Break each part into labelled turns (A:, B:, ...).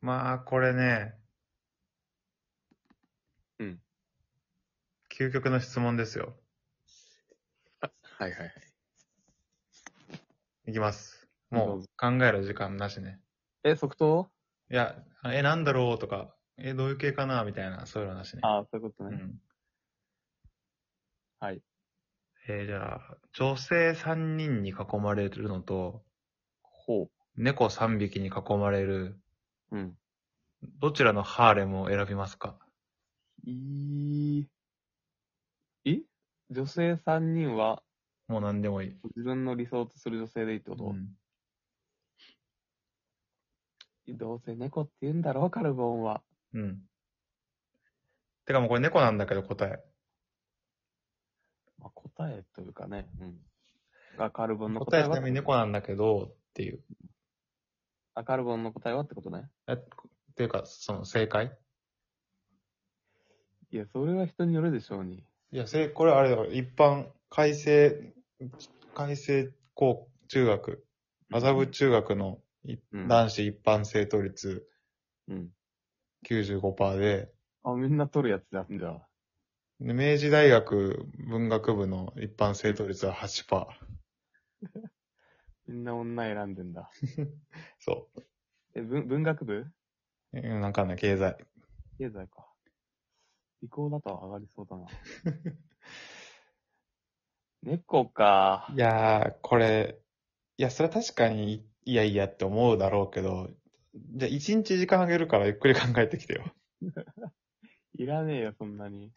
A: まあ、これね、
B: うん。
A: 究極の質問ですよ。
B: はいはいはい。
A: いきます。
B: ど
A: も
B: う
A: う
B: ぞ
A: 考える時間なしね。
B: え、即答
A: いや、あえ、なんだろうとか、え、どういう系かなみたいな、そういう話ね。
B: ああ、そういうこと
A: う
B: ね。
A: ん。
B: はい。
A: えーじゃあ、女性3人に囲まれるのと、
B: ほ
A: 猫3匹に囲まれる、
B: う。うん。
A: どちらのハーレムを選びますか
B: いい。え女性3人は
A: もう何でもいい。
B: 自分の理想とする女性でいいってこと、
A: うん
B: どうせ猫って言うんだろう、カルボンは。
A: うん。てかもうこれ猫なんだけど答え。
B: まあ、答えというかね。うん。あ、カルボンの
A: 答
B: 答
A: え
B: え
A: ち
B: は
A: なみに猫なんだけどっていう。
B: あ、カルボンの答えはってことね。
A: えっていうか、その正解
B: いや、それは人によるでしょうに。
A: いや、せこれはあれだから、一般、改正、改正高、中学、麻布中学のい
B: うん
A: 男子一般正答率
B: うん。
A: 95%で、
B: あ、みんな取るやつだ、じゃあ。
A: で明治大学文学部の一般正答率は8%。
B: みんな女選んでんだ。
A: そ
B: え、文文学部
A: う。うんなんかね、経済。
B: 経済か。理工だと上がりそ うだな。猫か。
A: いやー、これ、いや、それは確かに、いやいやって思うだろうけど、じゃあ一日時間あげるからゆっくり考えてきてよ。
B: いらねえよ、そんなに。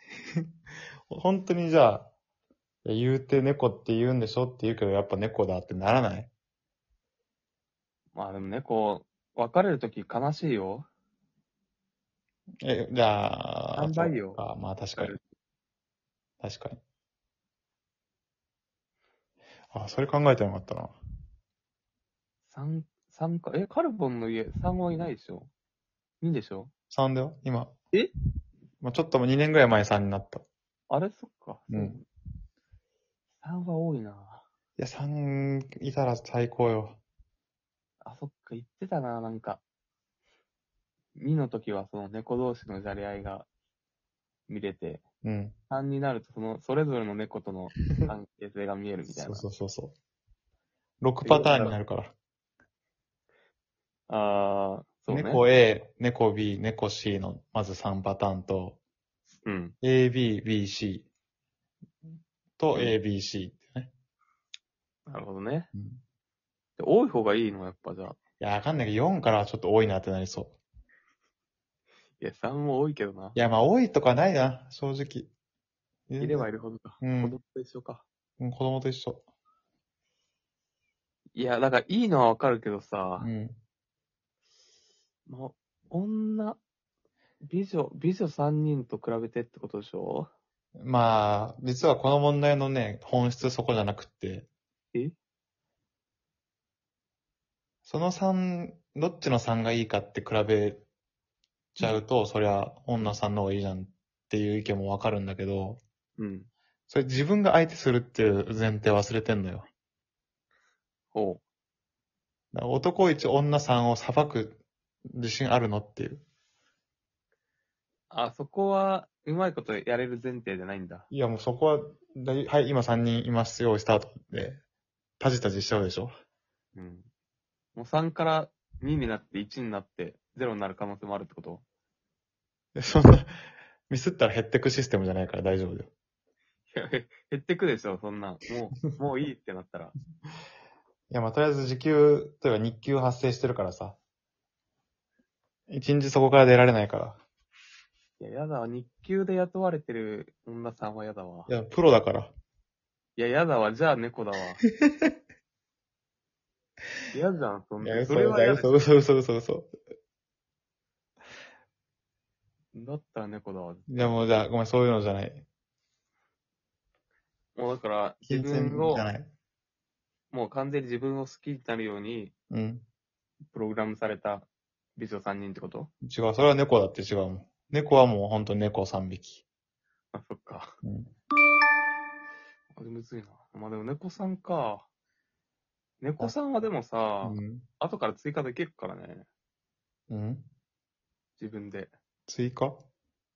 A: 本当にじゃあ、いや言うて猫って言うんでしょって言うけど、やっぱ猫だってならない
B: まあでも猫、別れるとき悲しいよ。
A: え、じゃあ、
B: 販売よ
A: そうかまあ確かに。確かに。あ、それ考えてなかったな。
B: 三、三か、え、カルボンの家、三はいないでしょ ?2 でしょ
A: 3だよ今。
B: え
A: まあちょっともう2年ぐらい前3になった。い
B: あれ、そっか。
A: うん。
B: 3は多いな。
A: や、3いたら最高よ。
B: あ、そっか、言ってたな、なんか。2の時はその猫同士のじゃれ合いが見れて、
A: うん。
B: 3になるとその、それぞれの猫 との関係性が見えるみたい
A: そ
B: な
A: う。そうそうそう。6パターンになるから。
B: ああ、そうね。
A: 猫 A、猫 B、猫 C のまず3パターンと、
B: うん。
A: A, B, B, C と
B: うん
A: A, B, C ってね。
B: なるほどね。
A: い
B: で多い方がいいの、やっぱじゃあ。
A: や、わかんないけど、4からはちょっと多いなってなりそう。
B: いや、3も多いけどな。
A: いや、まあ多いとかないな、正直。
B: いればいるほどか。
A: うん
B: 子供と一緒か。
A: うん、子供と一緒。
B: いや、だからいいのはわかるけどさ
A: う、ん。
B: まあ、女、美女、美女3人と比べてってことでしょ
A: まあ、実はこの問題のね、本質そこじゃなくって。
B: え
A: その3、どっちの3がいいかって比べちゃうと、そりゃ女3の方がいいじゃんっていう意見もわかるんだけど、
B: うん。
A: それ自分が相手するっていう前提忘れてんのよ。
B: ほう。
A: だから男1、女3を裁く自信あるのっていう。
B: あ、そこは、うまいことやれる前提じゃないんだ。
A: いや、もうそこは、だいはい、今3人いますよ、スタートで、タジタジしちゃうでしょ
B: うん。もう3から2になって、1になって、0になる可能性もあるってこと
A: いやそんな、ミスったら減ってくシステムじゃないから大丈夫だよ。
B: いや、へ 減ってくでしょ、そんなん。も う、もういいってなったら。
A: いや、まあ、とりあえず時給というか日給発生してるからさ。一日そこから出られないから。
B: いや、やだわ。日給で雇われてる女さんはやだわ。
A: いや、プロだから。
B: いや、やだわ。じゃあ 猫だわ。嫌じゃん、そん
A: いや、
B: な。
A: 嘘
B: それは
A: だ
B: 嫌
A: よ、
B: でしょ
A: 嘘、嘘、嘘、嘘、嘘。
B: だったら猫だわ。
A: いや、もうじゃあ、ごめん、そういうのじゃない。
B: もうだから、自
A: 全然
B: 分を
A: じゃ、ない。
B: もう完全に自分を好きになるように、
A: うん。
B: プログラムされた美女3人ってこと
A: 違う、それは猫だって違うもん。猫はもうほんと猫3匹。
B: あ、そっか。
A: うん。
B: あれむずいな。まあでも猫さんか。猫さんはでもさ、
A: うん。
B: 後から追加できるからね。
A: うん
B: 自分で
A: 追加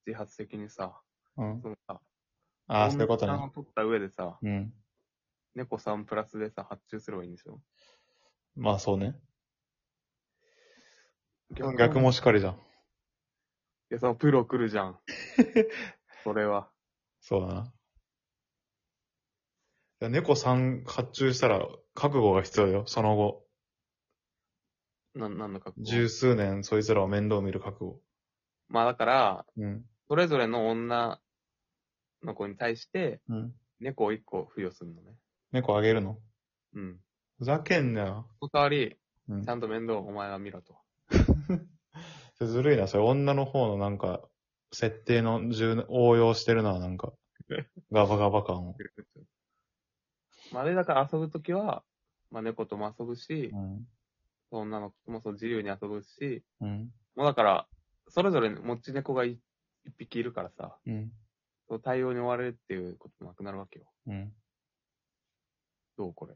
B: 自発的にさ、
A: うん。
B: そのさ、
A: ああ、そういうこと
B: 温暖
A: ね
B: を。取った上でさ、
A: うん。
B: 猫さんプラスでさ、発注すればいいんでしょ
A: まあそうね。逆。もしかりじゃん。
B: いや、そのプロ来る じゃん。それは。
A: そうだな。いや猫3発注したら覚悟が必要よ。その後、
B: な、なんのか。
A: 十数年そいつらを面倒見る覚悟。
B: まあだから、
A: うん。
B: それぞれの女の子に対して、
A: うん。
B: 猫を一個付与するのね。
A: 猫あげるの
B: うん。
A: ふざけんなよ。
B: その代わり、
A: うん
B: ちゃんと面倒をお前が見ろと。
A: それずるいな。それ女の方のなんか、設定の柔応用してるな、なん か。ガバガバ感を。
B: まあ、あれだから遊ぶときは、まあ、猫とも遊ぶし
A: う、ん。
B: 女の子ともそう自由に遊ぶし、
A: うん。
B: もうだから、それぞれ持ち猫がい一匹いるからさ、
A: うん。
B: その対応に追われるっていうこともなくなるわけよ。
A: うん。
B: どうこれ。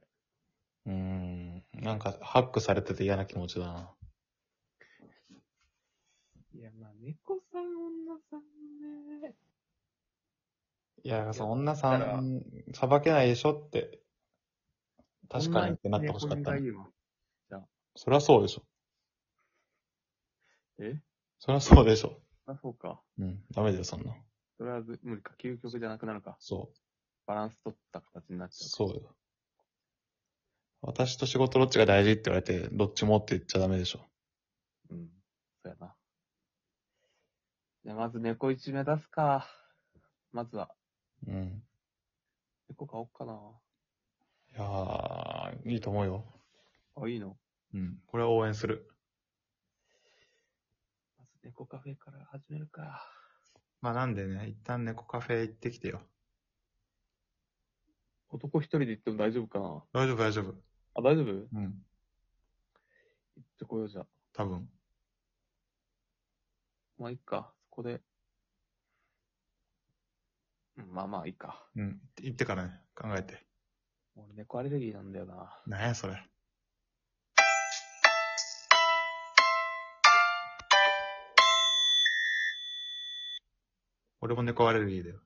A: うーん。なんか、ハックされてて嫌な気持ちだな。
B: いや、まあ、猫さん、女さんね。
A: いや、そう、女さん、さばけないでしょって。確かにってなってほしかった
B: 女猫
A: ね。
B: がいいわ
A: そりゃそうでしょ。
B: え
A: そりゃそうでしょ。
B: あ、そうか。
A: うん。ダメだよ、そんな。
B: とりあえず、無理か。究極じゃなくなるか。
A: そう。
B: バランス取った形になっちゃう。
A: そうよ。私と仕事どっちが大事って言われて、どっちもって言っちゃダメでしょ。
B: うん。そうやな。じゃあ、まず猫一目指すか。まずは、
A: うん。
B: 猫買おうかな。
A: いやー、いいと思うよ。
B: あ、いいの
A: うん。これは応援する。
B: まず猫カフェから始めるか。
A: まあなんでね、一旦猫カフェ行ってきてよ。
B: 男一人で行っても大丈夫かな
A: 大丈夫、大丈夫。
B: あ、大丈夫行っ
A: うん。
B: てこようじゃあ。
A: 多分。
B: まあ、いいか。そこで。うん、まあまあ、いいか。
A: うん。行ってからね、考えて。
B: 俺、猫アレルギーなんだよな。
A: なんや、それ。俺も猫アレルギーだよ。